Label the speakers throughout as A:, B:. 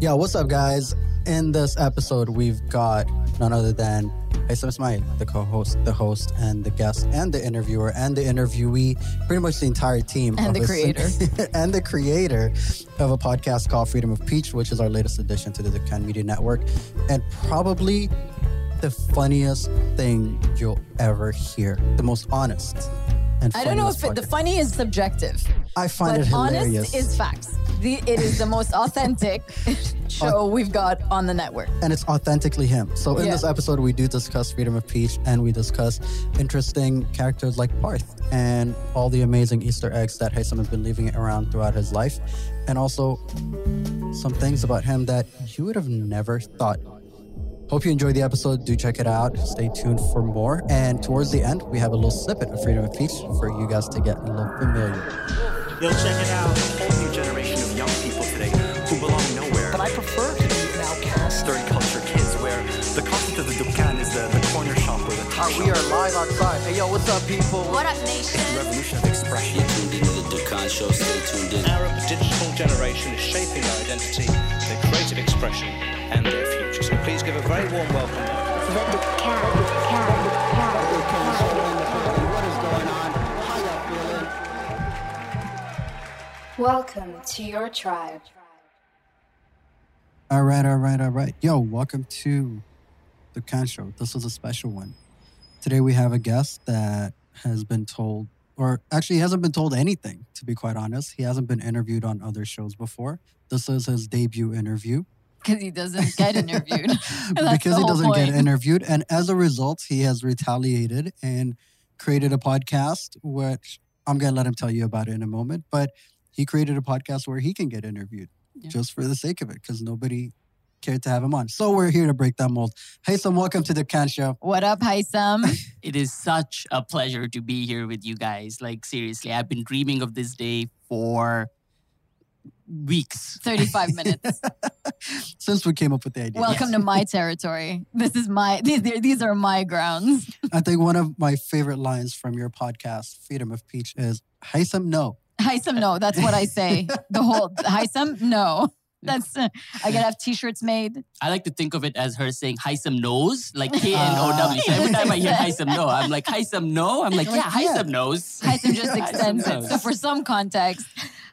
A: Yo, what's up, guys? In this episode, we've got none other than Islam Ismail, the co-host, the host, and the guest, and the interviewer, and the interviewee, pretty much the entire team.
B: And
A: of
B: the
A: a-
B: creator.
A: and the creator of a podcast called Freedom of Peach, which is our latest addition to the Deccan Media Network, and probably the funniest thing you'll ever hear, the most honest. And
B: I don't know
A: funniest
B: if it, the
A: podcast.
B: funny is subjective,
A: I find it
B: but
A: hilarious.
B: honest is facts. The, it is the most authentic show we've got on the network.
A: and it's authentically him. So in
B: Yeah.
A: this episode, we do discuss Freedom of Peach and we discuss interesting characters like Parth and all the amazing Easter eggs that Haysom has been leaving around throughout his life, and also some things about him that you would have never thought. Hope you enjoyed the episode. Do check it out. Stay tuned for more. And towards the end, we have a little snippet of Freedom of Peach for you guys to get a little familiar.
C: Yo, check it out.
D: whole new generation of young people today who belong nowhere. But I prefer to be now past third culture kids where the concept of the Dukkan is the, the corner shop or the top shop.
E: Uh, We are live outside. Hey, yo, what's up, people?
F: What up, nation?
D: Revolution of expression.
G: You're tuned into the Deccan Show. Stay tuned in.
H: Arab digital generation is shaping their identity, their creative expression, and their future. So please give a very warm welcome.
I: Welcome to your tribe.
A: All right, all right, all right. Yo, welcome to the Khan Show. This is a special one. Today we have a guest that has been told, or actually hasn't been told anything, to be quite honest. He hasn't been interviewed on other shows before. This is his debut interview
B: Because he doesn't get interviewed. That's
A: because
B: the
A: he
B: whole
A: doesn't
B: point.
A: get interviewed. And as a result, he has retaliated and created a podcast, which I'm going to let him tell you about it in a moment. But he created a podcast where he can get interviewed
B: Yeah.
A: just for the sake of it because nobody cared to have him on. So we're here to break that mold. Hey, Sam, welcome to the Can Show.
B: What up, Haisam?
J: It is such a pleasure to be here with you guys. Like, seriously, I've been dreaming of this day for weeks.
B: 35 minutes.
A: Since we came up with the idea,
B: Welcome to my territory. This is my, these, these are my grounds.
A: I think one of my favorite lines from your podcast, Freedom of Peach, is Haysam, no.
B: Haisam, no. That's what I say. The whole, Haisam, no. That's, I gotta have t-shirts made.
J: I like to think of it as her saying Heisem knows, like K N O W. So every time I hear
B: Ah.
J: Heisem no, I'm like, Heisem no? I'm like,
A: Like,
J: yeah,
A: yeah.
J: Heisem knows.
B: Heisem just
J: Haysam
B: extends it.
J: knows.
B: So for some context,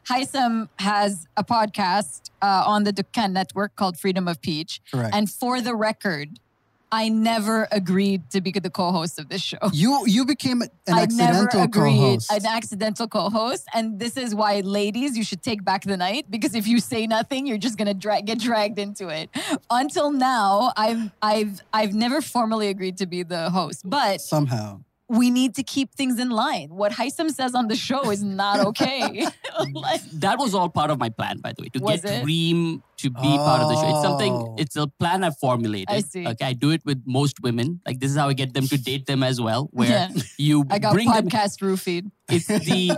B: Heisem has a podcast uh, on the Dukkan network called Freedom of Peach.
A: Correct.
B: And for the record, I never agreed to be the co-host of this show.
A: you you became an
B: I never
A: accidental
B: agreed.
A: co-host.
B: An accidental co-host, and this is why, ladies, you should take back the night because if you say nothing, you're just gonna dra- get dragged into it. Until now, I've I've I've never formally agreed to be the host, but
A: Somehow.
B: we need to keep things in line. What Heisem says on the show is not okay. Like-
J: That was all part of my plan, by the way, to
B: Was
J: get
B: it?
J: Dream to be part of the show. It's
A: Oh.
J: something, it's a plan I formulated.
B: I see.
J: Okay, I do it with most women. Like, this is how I get them to date them as well, where
B: Yeah.
J: you
B: I got
J: bring them
B: podcast roofied.
J: It's the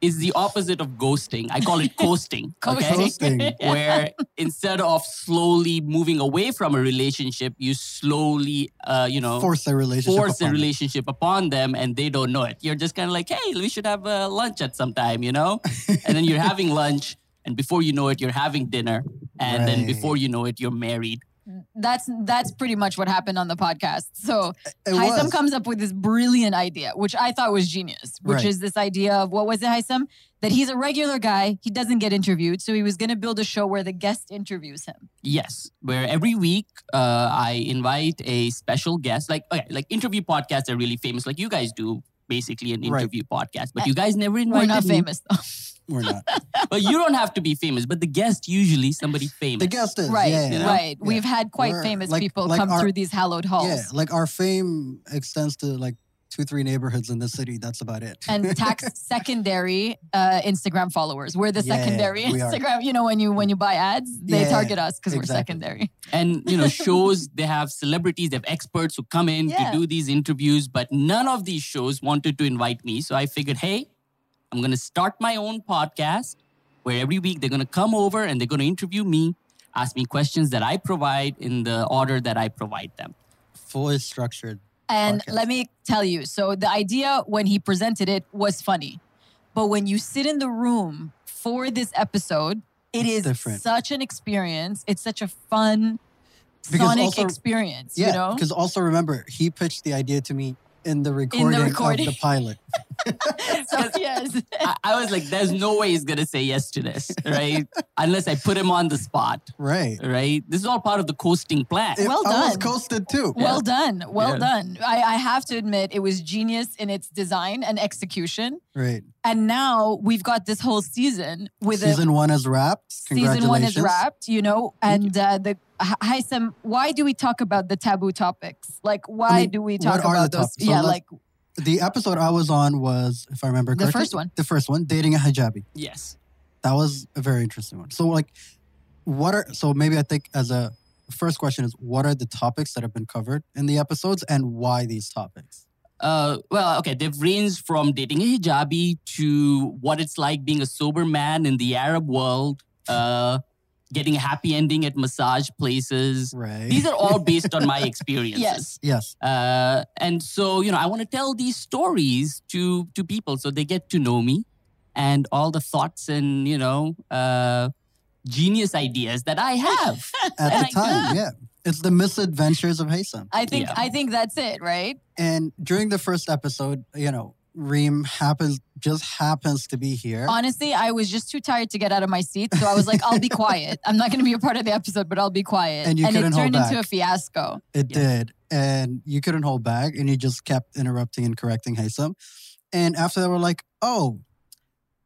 J: is the opposite of ghosting. I call it coasting. Okay?
A: Coasting.
J: Where instead of slowly moving away from a relationship, you slowly, uh, you know,
A: force a relationship.
J: force a
A: upon them.
J: relationship upon them, and they don't know it. You're just kind of like, hey, we should have uh, lunch at some time, you know, and then you're having lunch, and before you know it, you're having dinner, and then
A: Right.
J: before you know it, you're married.
B: That's that's pretty much what happened on the podcast. So
A: It
B: Heisem
A: was.
B: comes up with this brilliant idea, which I thought was genius, which
A: Right.
B: is this idea of what was it, Heisem? That he's a regular guy, he doesn't get interviewed, so he was going to build a show where the guest interviews him.
J: Yes, where every week uh, I invite a special guest, like okay, like interview podcasts are really famous, like you guys do, basically an
A: Right.
J: interview podcast. But you guys never invite.
B: Eh, We're not famous though.
A: We're not.
J: But you don't have to be famous. But the guest usually somebody
A: The
J: famous.
A: guest is
B: right,
A: yeah, yeah.
B: right.
A: Yeah.
B: We've had quite
A: We're-
B: famous
A: like-
B: people
A: like
B: come
A: our-
B: through these hallowed halls.
A: Yeah, like our fame extends to like two, three neighborhoods in the city. That's about it.
B: and tax secondary uh, Instagram followers. We're the
A: Yeah,
B: secondary
A: we are.
B: Instagram. You know, when you when you buy ads, they
A: Yeah,
B: target us because we're
A: exactly.
B: secondary.
J: and you know shows they have celebrities, they have experts who come in
B: Yeah.
J: to do these interviews. But none of these shows wanted to invite me, so I figured, hey, I'm gonna start my own podcast where every week they're gonna come over and they're gonna interview me. Ask me questions that I provide in the order that I provide them.
A: fully structured.
B: And
A: Podcast.
B: let me tell you, so the idea when he presented it was funny, but when you sit in the room for this episode, It is
A: different.
B: such an experience. It's such a fun
A: Because
B: sonic
A: also-
B: experience.
A: Yeah,
B: you know,
A: because also remember, he pitched the idea to me in the recording,
B: recording.
A: of the pilot.
B: so, yes,
J: I, I was like, there's no way he's gonna say yes to this, right? Unless I put him on the spot,
A: Right.
J: right? This is all part of the coasting plan.
A: It-
B: Well
A: I was
B: done.
A: coasted too.
B: Well done. Well
J: Yeah.
B: done. I, I have to admit, it was genius in its design and execution.
A: Right.
B: And now we've got this whole season with a
A: Season one is wrapped.
B: season one is
A: Congratulations.
B: wrapped, you know, and uh, the Haisam, why do we talk about the taboo topics? Like, why
A: mean,
B: do we talk
A: what are the
B: about those?
A: topics? So
B: yeah,
A: let's-
B: like
A: The episode I was on was, if I remember
B: The
A: correctly,
B: first one.
A: The first one, dating a hijabi.
J: Yes.
A: That was a very interesting one. So, like, what are so maybe I think as a first question is what are the topics that have been covered in the episodes and why these topics?
J: Uh, well, okay, they've ranged from dating a hijabi to what it's like being a sober man in the Arab world, uh, getting a happy ending at massage places.
A: Right.
J: These are all based on my experiences.
B: Yes.
A: yes.
J: Uh, and so, you know, I want to tell these stories to to people so they get to know me and all the thoughts and you know uh, genius ideas that I have.
A: At the
J: Like
A: time, yeah. It's the misadventures of Haysam.
B: I think
J: Yeah.
B: I think that's it, right?
A: And during the first episode, you know, Reem happens just happens to be here.
B: Honestly, I was just too tired to get out of my seat, so I was like, I'll be quiet. I'm not going to be a part of the episode, but I'll be quiet.
A: And you
B: it
A: couldn't hold
B: turned into
A: back.
B: a fiasco.
A: it
J: Yeah.
A: did. And you couldn't hold back and you just kept interrupting and correcting Haysam. And after that, we're like, oh,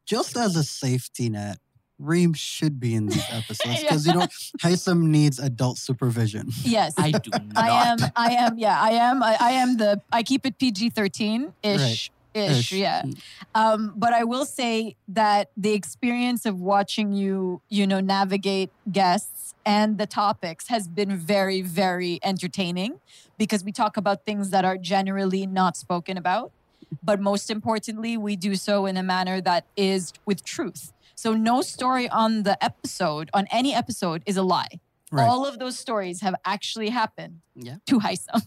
A: just as a safety net, Reem should be in these episodes. Because you know, Haysam needs adult supervision.
B: Yes.
J: I do not.
B: I am. I am. Yeah, I am. I, I am the. I keep it PG thirteen ish.
A: Ish.
B: Ish, yeah.
J: Mm.
B: Um, but I will say that the experience of watching you, you know, navigate guests and the topics has been very, very entertaining because we talk about things that are generally not spoken about. But most importantly, we do so in a manner that is with truth. So, no story on the episode, on any episode, is a lie
A: Right.
B: all of those stories have actually happened
J: Yeah.
B: to Heisam.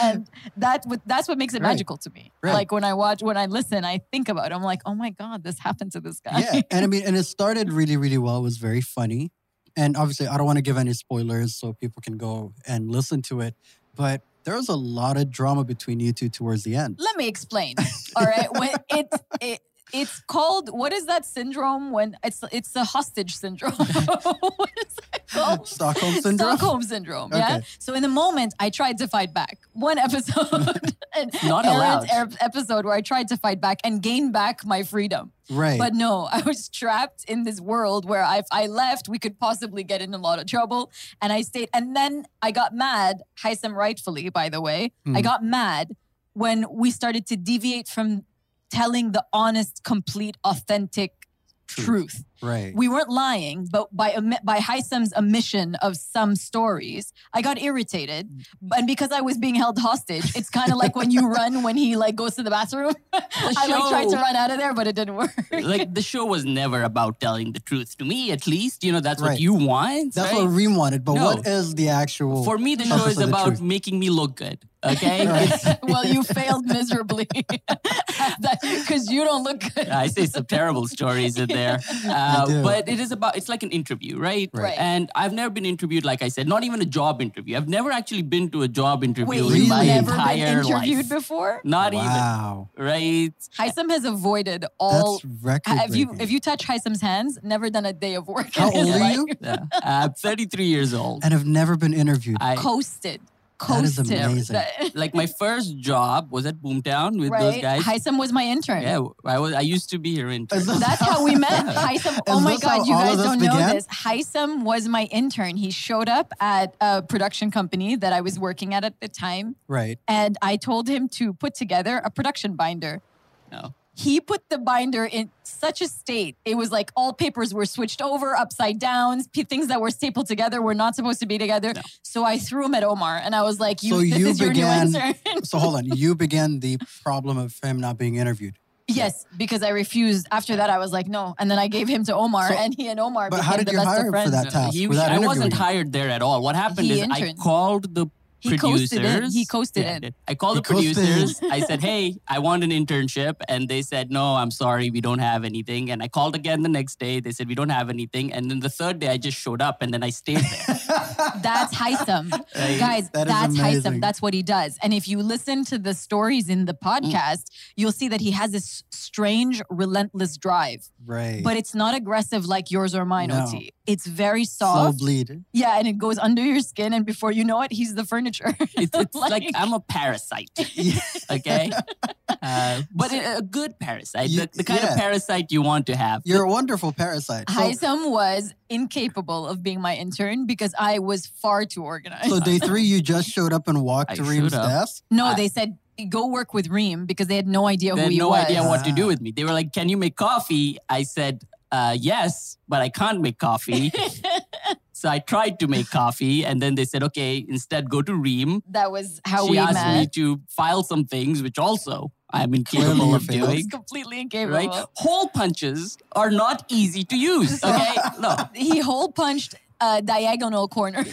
B: and that what that's what makes it
A: Right.
B: magical to me.
A: Right.
B: Like when I watch, when I listen, I think about it. I'm like, oh my God, this happened to this guy.
A: yeah. And I mean, and it started really, really well. It was very funny. And obviously, I don't want to give any spoilers so people can go and listen to it. But there was a lot of drama between you two towards the end.
B: Let me explain. All right. When it, it it's called what is that syndrome when it's it's the hostage syndrome. what is that called?
A: Stockholm syndrome.
B: Stockholm syndrome. Yeah.
A: Okay.
B: So in the moment, I tried to fight back. One episode, an Aaron's
J: Not allowed.
B: ep- episode where I tried to fight back and gain back my freedom.
A: Right.
B: But no, I was trapped in this world where if I left, we could possibly get in a lot of trouble. And I stayed. And then I got mad, Heisam rightfully, by the way. I
A: Hmm.
B: got mad when we started to deviate from telling the honest, complete, authentic
A: Truth.
B: truth
A: right.
B: we weren't lying, but by omi- by Haisam's omission of some stories, I got irritated,
J: Mm.
B: and because I was being held hostage, it's kind of like when you run when he like goes to the bathroom. I like tried to
J: show.
B: run out of there, but it didn't work.
J: like the show was never about telling the truth to me, at least. You know, that's what
A: Right.
J: you want.
A: That's
J: right?
A: what Reem wanted. But
J: No.
A: what is the actual.
J: For me, the
A: Purpose
J: show is
A: of the
J: about
A: truth.
J: making me look good. Okay.
B: well, you failed miserably because you don't look good.
J: I say some terrible stories in there.
A: do.
J: Uh, but it is about, it's like an interview, right?
B: Right. Right.
J: And I've never been interviewed, like I said, not even a job interview. I've never actually been to a job
B: Wait,
J: interview
A: Really?
J: in
B: you've
J: my
B: never been
J: entire
B: interviewed
J: life.
B: before?
J: Not
A: wow.
J: even, right?
B: Heisam has avoided all.
A: That's record.
B: Have you if you touch Heisam's hands, never done a day of work. in
A: How
B: his
A: old are
B: life.
A: you?
J: Yeah. uh, I'm 33 years old.
A: And have never been interviewed.
J: I,
B: Coasted.
A: That is
B: Coasted.
A: amazing.
B: That-
J: like my first job was at Boomtown with those
B: right?
J: guys.
B: Haisam was my intern.
J: Yeah, I was. I used to be your intern.
A: Is this-
B: That's how we met. Haisam, oh
A: Is
B: my
A: this how
B: God, you
A: all of
B: guys
A: this
B: don't know
A: began?
B: this. Haisam was my intern. He showed up at a production company that I was working at at the time,
A: right.
B: and I told him to put together a production binder.
J: No.
B: He put the binder in such a state. It was like all papers were switched over, upside downs, p- things that were stapled together were not supposed to be together. So I threw him at Omar and I was like, you,
A: So
B: this
A: you
B: is
A: began-
B: your new intern.
A: So hold on. You began the problem of him not being interviewed.
B: Yes, because I refused. After that, I was like, no. And then I gave him to Omar,
A: So-
B: and he and Omar
A: but
B: became
A: how did
B: the
A: you
B: best
A: hire
B: of
A: him for
B: friends.
A: that task
J: He-
A: without
J: I
A: interviewing
J: wasn't
A: him?
J: hired there at all. What happened
B: He
J: is I
B: interned.
J: called the
B: He coasted it. He
J: producers.
B: coasted
J: Yeah, I
B: it.
J: did. I called
A: He
J: the
A: coasted.
J: producers. I said, "Hey, I want an internship," and they said, "No, I'm sorry, we don't have anything." And I called again the next day. They said, "We don't have anything." And then the third day, I just showed up, and then I stayed there.
B: That's Heisem. Guys,
A: That is amazing.
B: that's
A: Mm.
B: Heisem. That's what he does. And if you listen to the stories in the podcast, you'll see that he has this strange, relentless drive.
A: Right.
B: But it's not aggressive like yours or mine,
A: No.
B: OT. It's very
A: Slow
B: soft.
A: bleed.
B: yeah, and it goes under your skin. And before you know it, he's the furniture.
J: It's, it's like, I'm a parasite,
A: Yeah.
J: okay? Uh, but a, a good parasite,
A: You-
J: the, the kind
A: yeah.
J: of parasite you want to have.
A: You're a wonderful parasite. So,
B: Heisem was incapable of being my intern because I was far too organized.
A: so day three, you just showed up and walked
J: I
A: to
J: showed
A: Reem's
J: up.
A: desk.
B: no,
J: I-
B: they said go work with Reem because they had no idea
J: they
B: who
J: had
B: he
J: no
B: was.
J: idea what to
A: Ah.
J: do with me. They were like, "Can you make coffee?" I said, uh, "Yes, but I can't make coffee." so I tried to make coffee, and then they said, "Okay, instead go to Reem."
B: that was how
J: she
B: we
J: asked
B: met.
J: me to file some things, which also I'm incapable
A: Clearly
J: of
A: you failed.
J: doing.
B: completely incapable.
J: Right? Hole punches are not easy to use. Okay, no,
B: He hole punched uh, diagonal corners.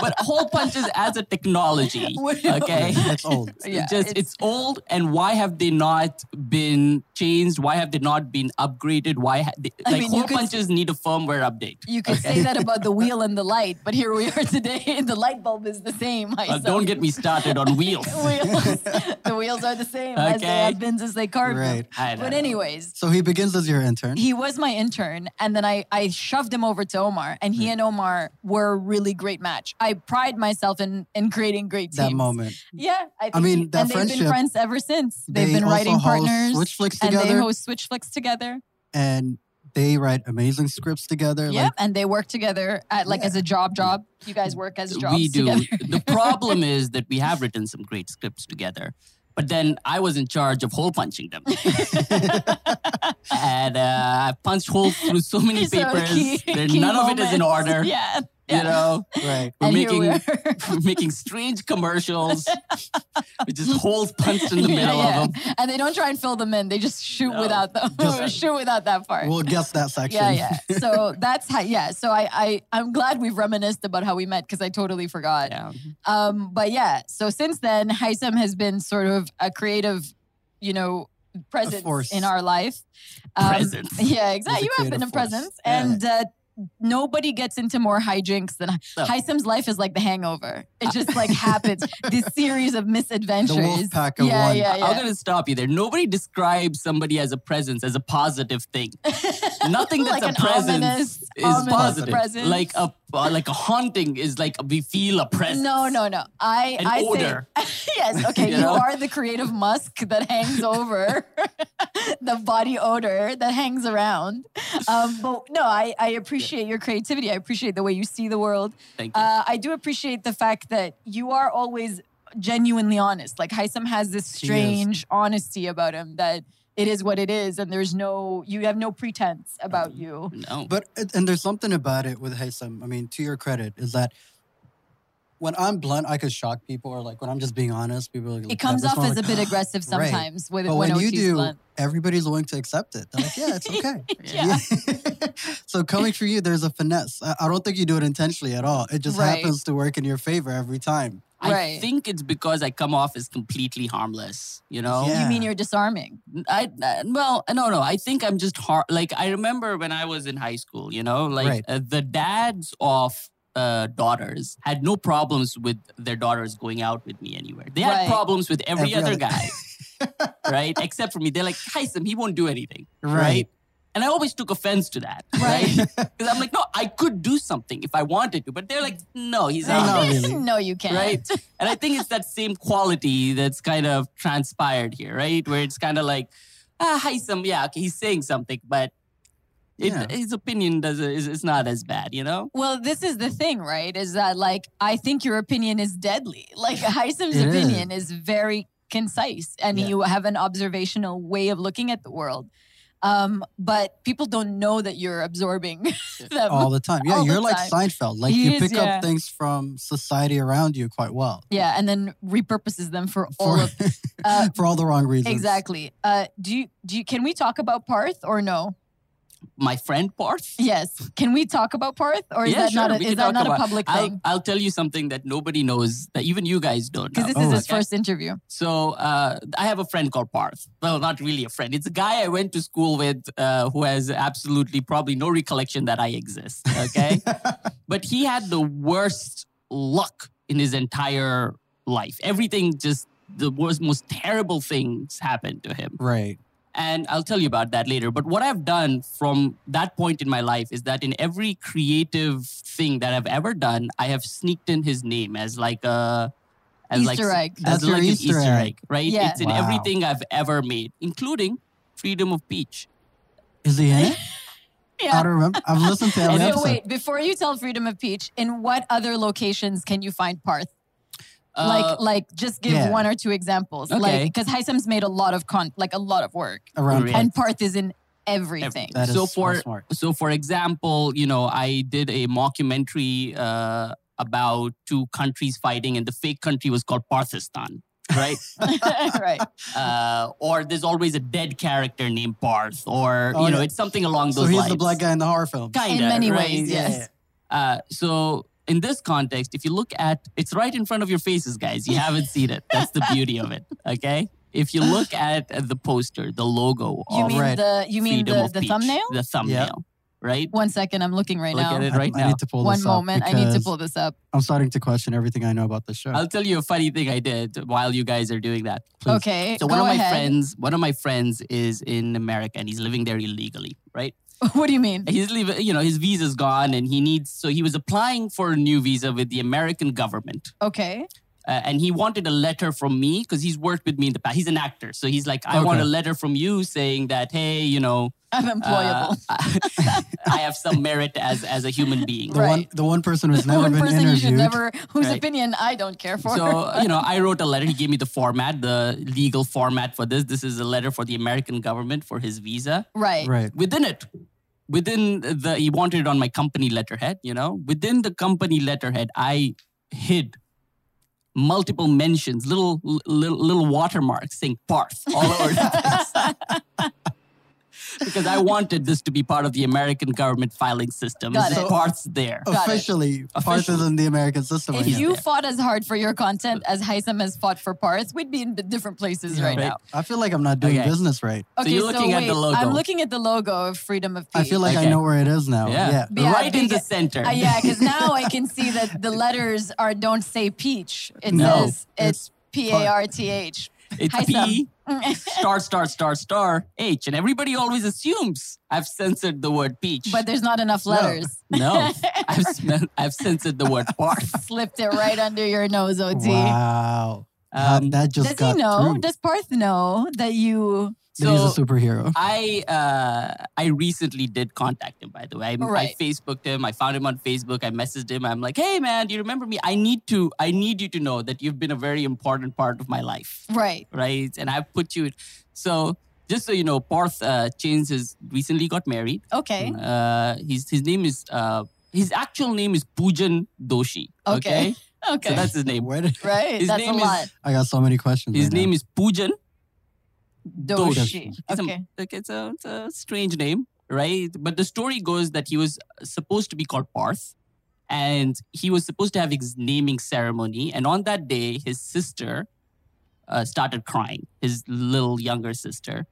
J: but hole punches as a technology. Okay.
A: That's old.
B: Yeah,
J: It's just it's,
B: it's-
J: old, and why have they not been changed? Why have they not been upgraded? Why ha- they,
B: I
J: like
B: mean, you
J: hole
B: could-
J: punches need a firmware update?
B: you could say that about the wheel and the light, but here we are today, and the light bulb is the same. I
J: Uh,
B: said.
J: don't get me started on wheels.
B: wheels. the wheels are the same as they
J: Okay.
B: have been since they carved
A: Right.
B: them.
J: I don't
B: But
J: know.
B: anyways,
A: So he begins as your intern.
B: he was my intern and then I, I shoved him over to Omar and
J: Hmm.
B: he and Omar were a really great match. I pride myself in in creating great teams.
A: that moment.
B: Yeah, I, think
A: mean,
B: he-
A: that
B: and they've
A: friendship,
B: been friends ever since. They've
A: they
B: been
A: also
B: writing
A: host
B: partners
A: Switch Flicks
B: and they
A: together.
B: host Switch Flicks together.
A: And they write amazing scripts together.
B: yeah, and they work together at like as a job job. You guys work as jobs
J: we do.
B: together.
J: the problem is that we have written some great scripts together, but then I was in charge of hole punching them, and uh, I punched holes through so many
B: So
J: papers.
B: key-
J: There-
B: key
J: none of it is in
B: moments.
J: order.
B: Yeah.
J: You know,
A: Like, right.
J: we're
B: And here
J: making
B: we
J: we're making strange commercials with just holes punched in the
B: Yeah,
J: middle
B: yeah.
J: of them.
B: And they don't try and fill them in. They just shoot
J: No.
B: without them.
A: Just-
B: shoot without that part.
A: We'll guess that section.
B: yeah, yeah. So that's how. Yeah. So I, I, I'm glad we've reminisced about how we met because I totally forgot.
J: Yeah.
B: Um, but yeah. So since then, Haisam has been sort of a creative, you know,
A: force.
B: presence in our life. Um,
J: Presence.
B: Yeah, exactly. You have
A: creative
B: been a
A: force.
B: presence,
A: Yeah.
B: and uh, nobody gets into more hijinks than
A: Oh.
J: No.
B: Haisam's life is like the Hangover. It just like happens. This series of
A: Uh. The
B: misadventures.
A: wolf pack of
B: yeah,
A: one.
B: yeah, yeah.
J: I'm gonna stop you there. Nobody describes somebody as a presence as a positive thing. Nothing that's
B: Like
J: a
B: an
J: presence
B: ominous-
J: is
B: ominous
J: positive.
B: presence.
J: Like a uh, like a haunting is like we feel a presence.
B: No, no, no. I,
J: An
B: I
J: odor.
B: say yes. Okay,
J: You
B: you,
J: know?
B: are the creative musk that hangs over the body odor that hangs around. Um, but no, I, I appreciate your creativity. I appreciate the way you see the world.
J: Thank you.
B: Uh, I do appreciate the fact that you are always genuinely honest. Like Heisam has this
A: He is.
B: strange honesty about him that it is what it is, and there's no you have no pretense about
A: Um,
B: you.
J: no.
A: But it- and there's something about it with Haysam. I mean, to your credit, is that when I'm blunt, I could shock people, or like when I'm just being honest, people are like,
B: It comes
A: "That's
B: off
A: not
B: as a
A: like-
B: bit aggressive
A: Right.
B: sometimes with
A: But
B: when,
A: when, you
B: OT's
A: do,
B: blunt.
A: everybody's willing to accept it. They're like, yeah, it's okay.
B: Yeah.
A: so coming for you, there's a finesse. I, I don't think you do it intentionally at all. It just
B: Right.
A: happens to work in your favor every time.
J: I
B: right.
J: think it's because I come off as completely harmless. You know.
A: Yeah.
B: You mean you're disarming?
J: I, I well, no, no. I think I'm just hard. Like I remember when I was in high school, you know, like
A: Right.
J: uh, the dads of uh, daughters had no problems with their daughters going out with me anywhere. They had
B: Right.
J: problems with every,
A: Every
J: other,
A: other-
J: guy, right? Except for me. They're like, Heisem, he won't do anything, right?
A: Right.
J: And I always took offense to that, right?
B: Right.
J: Because I'm like, no, I could do something if I wanted to, but they're like, no, he's
A: No,
J: not.
A: not really.
B: no, you can't.
J: Right? And I think it's that same quality that's kind of transpired here, right? Where it's kind of like, ah, hi, some, yeah, okay, he's saying something, but it,
A: Yeah.
J: his opinion does is, is not as bad, you know?
B: Well, this is the thing, right? Is that like I think your opinion is deadly. Like Heisem's
A: It
B: opinion is very concise, and
A: Yeah.
B: you have an observational way of looking at the world. Um, but people don't know that you're absorbing them.
A: All the time. Yeah,
B: All the
A: you're like
B: time.
A: Seinfeld. Like
B: He
A: you
B: is,
A: pick
B: yeah.
A: up things from society around you quite well.
B: yeah, and then repurposes them for all
A: For,
B: of uh,
A: for all the wrong reasons.
B: exactly. Uh, do you do you, can we talk about Parth or no?
J: my friend Parth.
B: Yes. Can we talk about Parth, or is
J: yeah,
B: that
J: sure.
B: not a,
J: we
B: is
J: can
B: that
J: talk
B: not a
J: about-
B: public
J: I'll,
B: thing?
J: I'll tell you something that nobody knows that even you guys don't know.
B: Because this
A: Oh,
B: is his
J: okay.
B: first interview.
J: So uh, I have a friend called Parth. Well, not really a friend. It's a guy I went to school with uh, who has absolutely probably no recollection that I exist. Okay, but he had the worst luck in his entire life. Everything just the worst, most terrible things happened to him.
A: Right.
J: And I'll tell you about that later. But what I've done from that point in my life is that in every creative thing that I've ever done, I have sneaked in his name as like a as
B: Easter
J: like,
B: egg.
J: As
A: That's your
J: like an
A: Easter
J: Easter
A: egg.
J: egg, right?
B: Yeah.
J: It's in
A: Wow.
J: everything I've ever made, including Freedom of Peach.
A: Is he in it? I
B: Yeah.
A: don't remember. I've listened to every
B: Okay,
A: episode.
B: wait, before you tell Freedom of Peach, in what other locations can you find Parth?
J: Uh,
B: like, like, just give
A: yeah.
B: one or two examples. Like,
J: Okay.
B: because Haisam's made a lot of con, like a lot of work,
A: Around
J: Really?
A: Parth.
B: and Parth is in everything.
A: That is
J: So
A: so
J: for-
A: smart.
J: so for example, you know, I did a mockumentary uh, about two countries fighting, and the fake country was called Parthistan, right?
B: right.
J: uh, or there's always a dead character named Barth, or
A: Oh,
J: you know,
A: yeah.
J: it's something along
A: So
J: those
A: he's
J: lines.
A: the black guy in the horror film.
J: Kinda,
B: In many
J: right?
B: ways,
A: Yeah,
B: yes.
A: yeah.
J: Uh, so in this context, if you look at, it's right in front of your faces, guys. You haven't seen it. That's the beauty of it. Okay. If you look at the poster, the logo
B: You
J: of
B: mean
A: right.
B: the you mean
J: Freedom
B: the,
J: of
B: the
J: Speech,
B: thumbnail?
J: the thumbnail, right?
B: One second, I'm looking right
J: Look
B: now.
J: at it
A: I-
J: right
A: I,
J: now.
A: need to pull
B: One
A: this up
B: moment, I need to
A: because
B: pull this up.
A: I'm starting to question everything I know about the show.
J: I'll tell you a funny thing I did while you guys are doing that. Please.
B: Okay,
J: So
B: go
J: one of my
B: ahead.
J: friends, one of my friends is in America and he's living there illegally, right?
B: what do you mean?
J: he's leaving, you know, his visa's gone and he needs, so he was applying for a new visa with the American government.
B: Okay,
J: Uh, and he wanted a letter from me because he's worked with me in the past. He's an actor. So he's like, I want a
A: Okay.
J: letter from you saying that, hey, you know,
B: I'm
J: uh,
B: employable.
J: I have some merit as, as a human being.
A: the one,
B: right.
A: the one person who's never
B: One
A: been
B: person you
A: interviewed.
B: should never, whose
J: Right.
B: opinion I don't care for.
J: So, you know, I wrote a letter. He gave me the format, the legal format for this. This is a letter for the American government for his visa.
B: right.
A: Right.
J: within it within the he wanted it on my company letterhead you know within the company letterhead i hid multiple mentions little little, little watermarks saying parth all over the place because i wanted this to be part of the american government filing system
B: Got
J: It's
B: it.
J: parth's there
B: Got it.
A: Officially, Parth is
J: Officially.
A: in the American system
B: If
A: right now.
B: you fought as hard for your content as Haitham has fought for Parth, we'd be in b- different places
A: Yeah.
B: right,
J: Right.
B: now.
A: I feel like I'm not doing
J: Okay.
A: business right.
J: So you're looking at the logo.
B: I'm looking at the logo of Freedom of Peace.
A: I feel like
J: Okay.
A: I know where it is now.
J: yeah,
A: Yeah.
B: Oh, Yeah,
J: right in the
B: because-
J: center
B: Uh, yeah, because now I can see that the letters are don't say peach. It
J: No,
B: says it's P A R T H.
J: it's
B: Haitham.
J: p star star star star h and everybody always assumes i've censored the word peach
B: But there's not enough letters.
J: No, I've smelled, I've censored the word barf.
B: Slipped it right under your nose, OT.
A: Wow. How-
J: Um,
A: that just
B: Does he
A: got
B: know?
A: through.
B: Does Parth know that you?
A: that he's a
J: So
A: superhero.
J: I uh, I recently did contact him. By the way, I,
B: Right.
J: I Facebooked him. I found him on Facebook. I messaged him. I'm like, hey man, do you remember me? I need to. I need you to know that you've been a very important part of my life,
B: Right.
J: right? And I've put you. So just so you know, Parth uh, changed his. Recently got married.
B: Okay.
A: Mm.
J: Uh, his his name is uh, his actual name is Pujan Doshi.
B: Okay.
J: Okay.
B: Okay.
J: So that's his name.
A: Where did,
B: right.
J: his
B: that's
J: name
B: a
J: is
B: lot.
A: I got so many questions.
J: His
A: right
J: name
A: now.
J: is Pujan
B: Doshi.
J: It's a-
B: Okay.
J: like it's a, it's a strange name, right? But the story goes that he was supposed to be called Parth, and he was supposed to have his naming ceremony. And on that day, his sister uh, started crying, his little younger sister,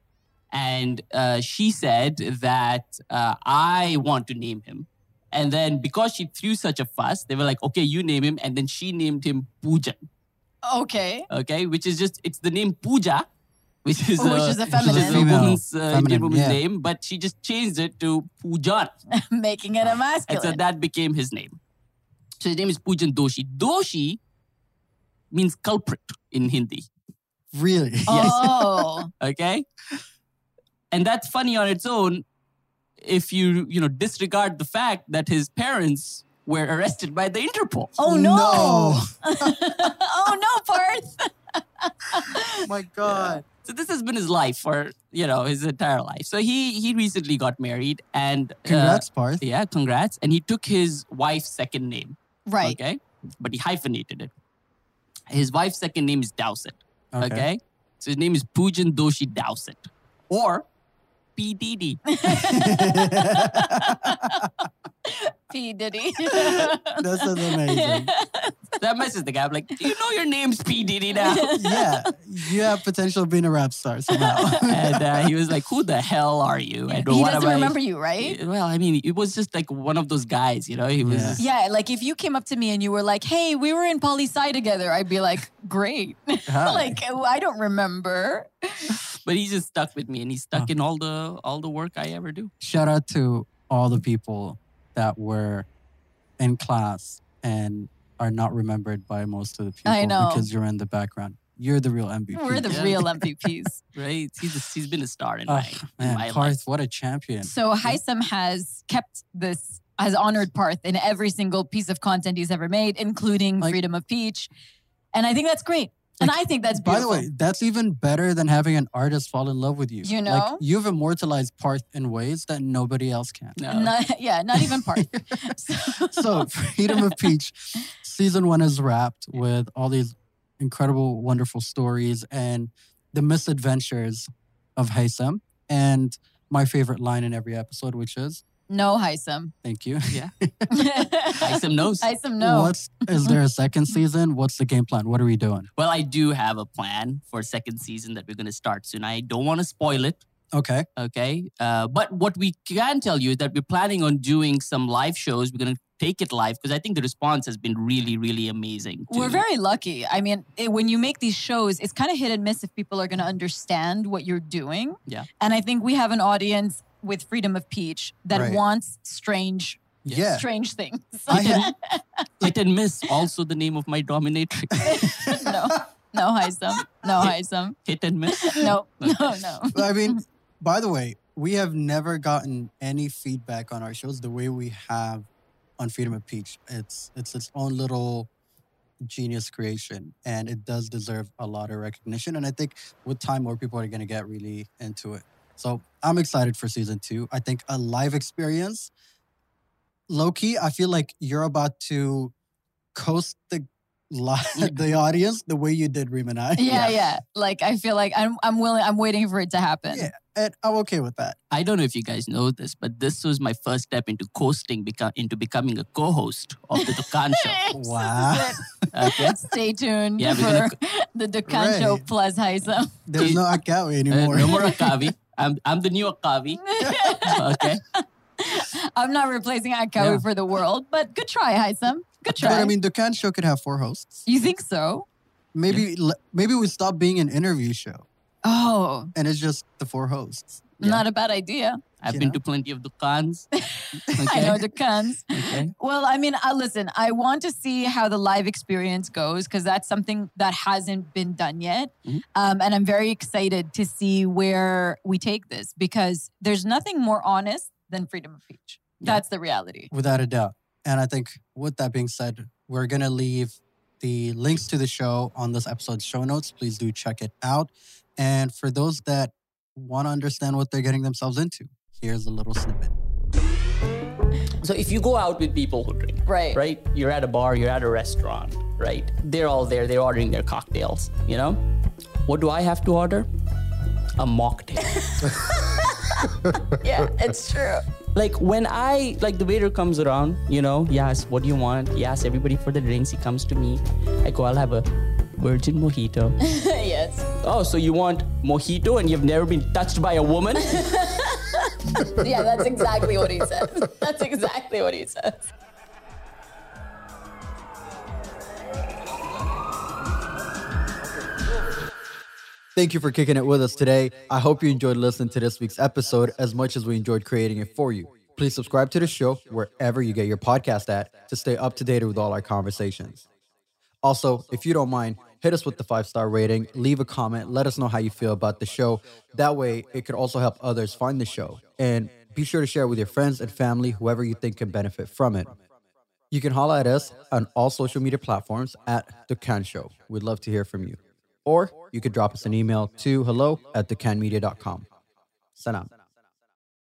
J: and uh, she said that uh, I want to name him. And then because she threw such a fuss, they were like, "Okay, you name him." And then she named him Pujan
B: Okay.
J: okay, which is just it's the name Pooja, which is
A: Oh,
B: Which
J: a,
B: is a
J: which is a
A: feminine.
J: woman's uh, Indian
A: Feminine,
J: woman's
A: yeah.
J: name, but she just changed it to Poojan,
B: Making
J: Ah,
B: it a
J: and so
B: masculine.
J: that became his name. So his name is Poojan Doshi. Doshi means culprit in Hindi.
A: really.
B: Oh.
J: okay and that's funny on its own if you you know disregard the fact that his parents were arrested by the interpol
B: Oh no.
A: No.
B: oh no, Parth.
A: Oh my god.
J: so this has been his life for you know his entire life so he he recently got married and uh,
A: Congrats, Parth.
J: yeah congrats and he took his wife's second name
B: Right.
J: okay but he hyphenated it his wife's second name is dowsett okay, so his name is pujan doshi dowsett or P. Diddy.
B: P. Diddy.
A: This is amazing.
J: That messes the guy up. Like, do you know your name's P. Diddy now?
A: yeah, you have potential of being a rap star somehow.
J: and uh, he was like, who the hell are you? And
B: he
J: what
B: doesn't
J: am I- Eh,
B: remember you, right?
J: Well, I mean, it was just like one of those guys, you know? He was
A: Yeah.
J: just-
B: Yeah, like if you came up to me and you were like, "Hey, we were in poli sci together," I'd be like, "Great."
A: Hi.
B: like I don't remember.
J: but he just stuck with me and he stuck in all the all the work I ever do.
A: Shout out to all the people that were in class and are not remembered by most of the people
B: I know.
A: because you're in the background. You're the real MVP.
B: We're the
J: Yeah.
B: real MVPs.
J: Right? He's a, he's been a star in
A: Oh,
J: my in
A: man,
J: my life.
A: Parth, what a champion.
B: So Heisem has kept this, has honored Parth in every single piece of content he's ever made, including
A: Like-
B: Freedom of Peach, and I think that's great. And I think that's
A: By the
B: beautiful.
A: way, that's even better than having an artist fall in love with you.
B: You
A: like
B: know?
A: you've immortalized Parth in ways that nobody else can.
J: No.
B: Not- yeah, not even Parth. So-
A: so freedom of peach season one is wrapped with all these incredible wonderful stories and the misadventures of Haysem and my favorite line in every episode which is
B: no Heisem.
A: thank you
J: Isom knows.
B: Heisem, no.
A: what's is there a second season what's the game plan what are we doing
J: Well, I do have a plan for second season that we're going to start soon. I don't want to spoil it,
A: okay
J: okay? Uh, but what we can tell you is that we're planning on doing some live shows. We're going to take it live because I think the response has been really, really amazing.
B: We're
J: to-
B: very lucky. I mean, it, when you make these shows, it's kind of hit and miss if people are going to understand what you're doing.
J: Yeah.
B: And I think we have an audience with Freedom of Peach that
A: Right.
B: wants strange,
A: yeah
B: strange things.
A: I had,
J: Hit and miss, also the name of my dominatrix.
B: no, no, Heisem. No, Heisem.
J: Hit and miss.
B: No, no, no.
A: I mean by the way we have never gotten any feedback on our shows the way we have on freedom of peach it's it's its own little genius creation and it does deserve a lot of recognition and i think with time more people are going to get really into it so i'm excited for season two i think a live experience loki i feel like you're about to coast the li- the audience the way you did Reem and I.
B: Yeah, yeah. Like I feel like I'm, I'm willing. I'm waiting for it to happen.
A: Yeah. and i'm okay with that
J: I don't know if you guys know this, but this was my first step into coasting, beco- into becoming a co-host of the Dukan Show.
B: This is
A: Wow.
B: it.
J: Okay?
B: Stay tuned
J: Yeah,
B: for
J: we're
B: the Dukan Show
A: Right.
B: plus Heisem.
A: there's no akawi
J: Uh,
A: anymore
J: no more Akavi. I'm, I'm the new Akavi. Okay.
B: I'm not replacing Akawi
J: Yeah.
B: for the world, but good try, Heisem. Good try.
A: But I mean, Dukan show could have four hosts.
B: you think so?
A: Maybe le- maybe we stop being an interview show
B: Oh,
A: and it's just the four hosts.
J: Yeah.
B: not a bad idea.
J: I've
A: You
J: been
A: know?
J: to plenty of Dukans. Okay.
B: I know Dukans.
J: Okay.
B: Well, I mean, uh, listen, I want to see how the live experience goes because that's something that hasn't been done yet.
J: Mhm.
B: Um, and I'm very excited to see where we take this because there's nothing more honest than freedom of speech.
J: Yeah.
B: That's the reality.
A: Without a doubt. And I think with that being said, we're going to leave the links to the show on this episode's show notes. Please do check it out. And for those that want to understand what they're getting themselves into, here's a little snippet.
J: So if you go out with people who drink,
B: Right.
J: right? You're at a bar, you're at a restaurant, right? They're all there, they're ordering their cocktails, you know? What do I have to order? A mocktail.
B: Yeah, it's true.
J: like when I like the waiter comes around, you know, he asks, what do you want? He asks everybody for the drinks. He comes to me. I go, I'll have a virgin mojito.
B: yes.
J: oh, so you want mojito and you've never been touched by a woman?
B: Yeah, that's exactly what he says. That's exactly what he says.
C: Thank you for kicking it with us today. I hope you enjoyed listening to this week's episode as much as we enjoyed creating it for you. Please subscribe to the show wherever you get your podcast at to stay up to date with all our conversations. Also, if you don't mind, hit us with the five star rating, leave a comment, let us know how you feel about the show. That way, it could also help others find the show. And be sure to share with your friends and family, whoever you think can benefit from it. You can holler at us on all social media platforms at The Can Show. We'd love to hear from you. Or you could drop us an email to hello at thecanmedia.com. Salam.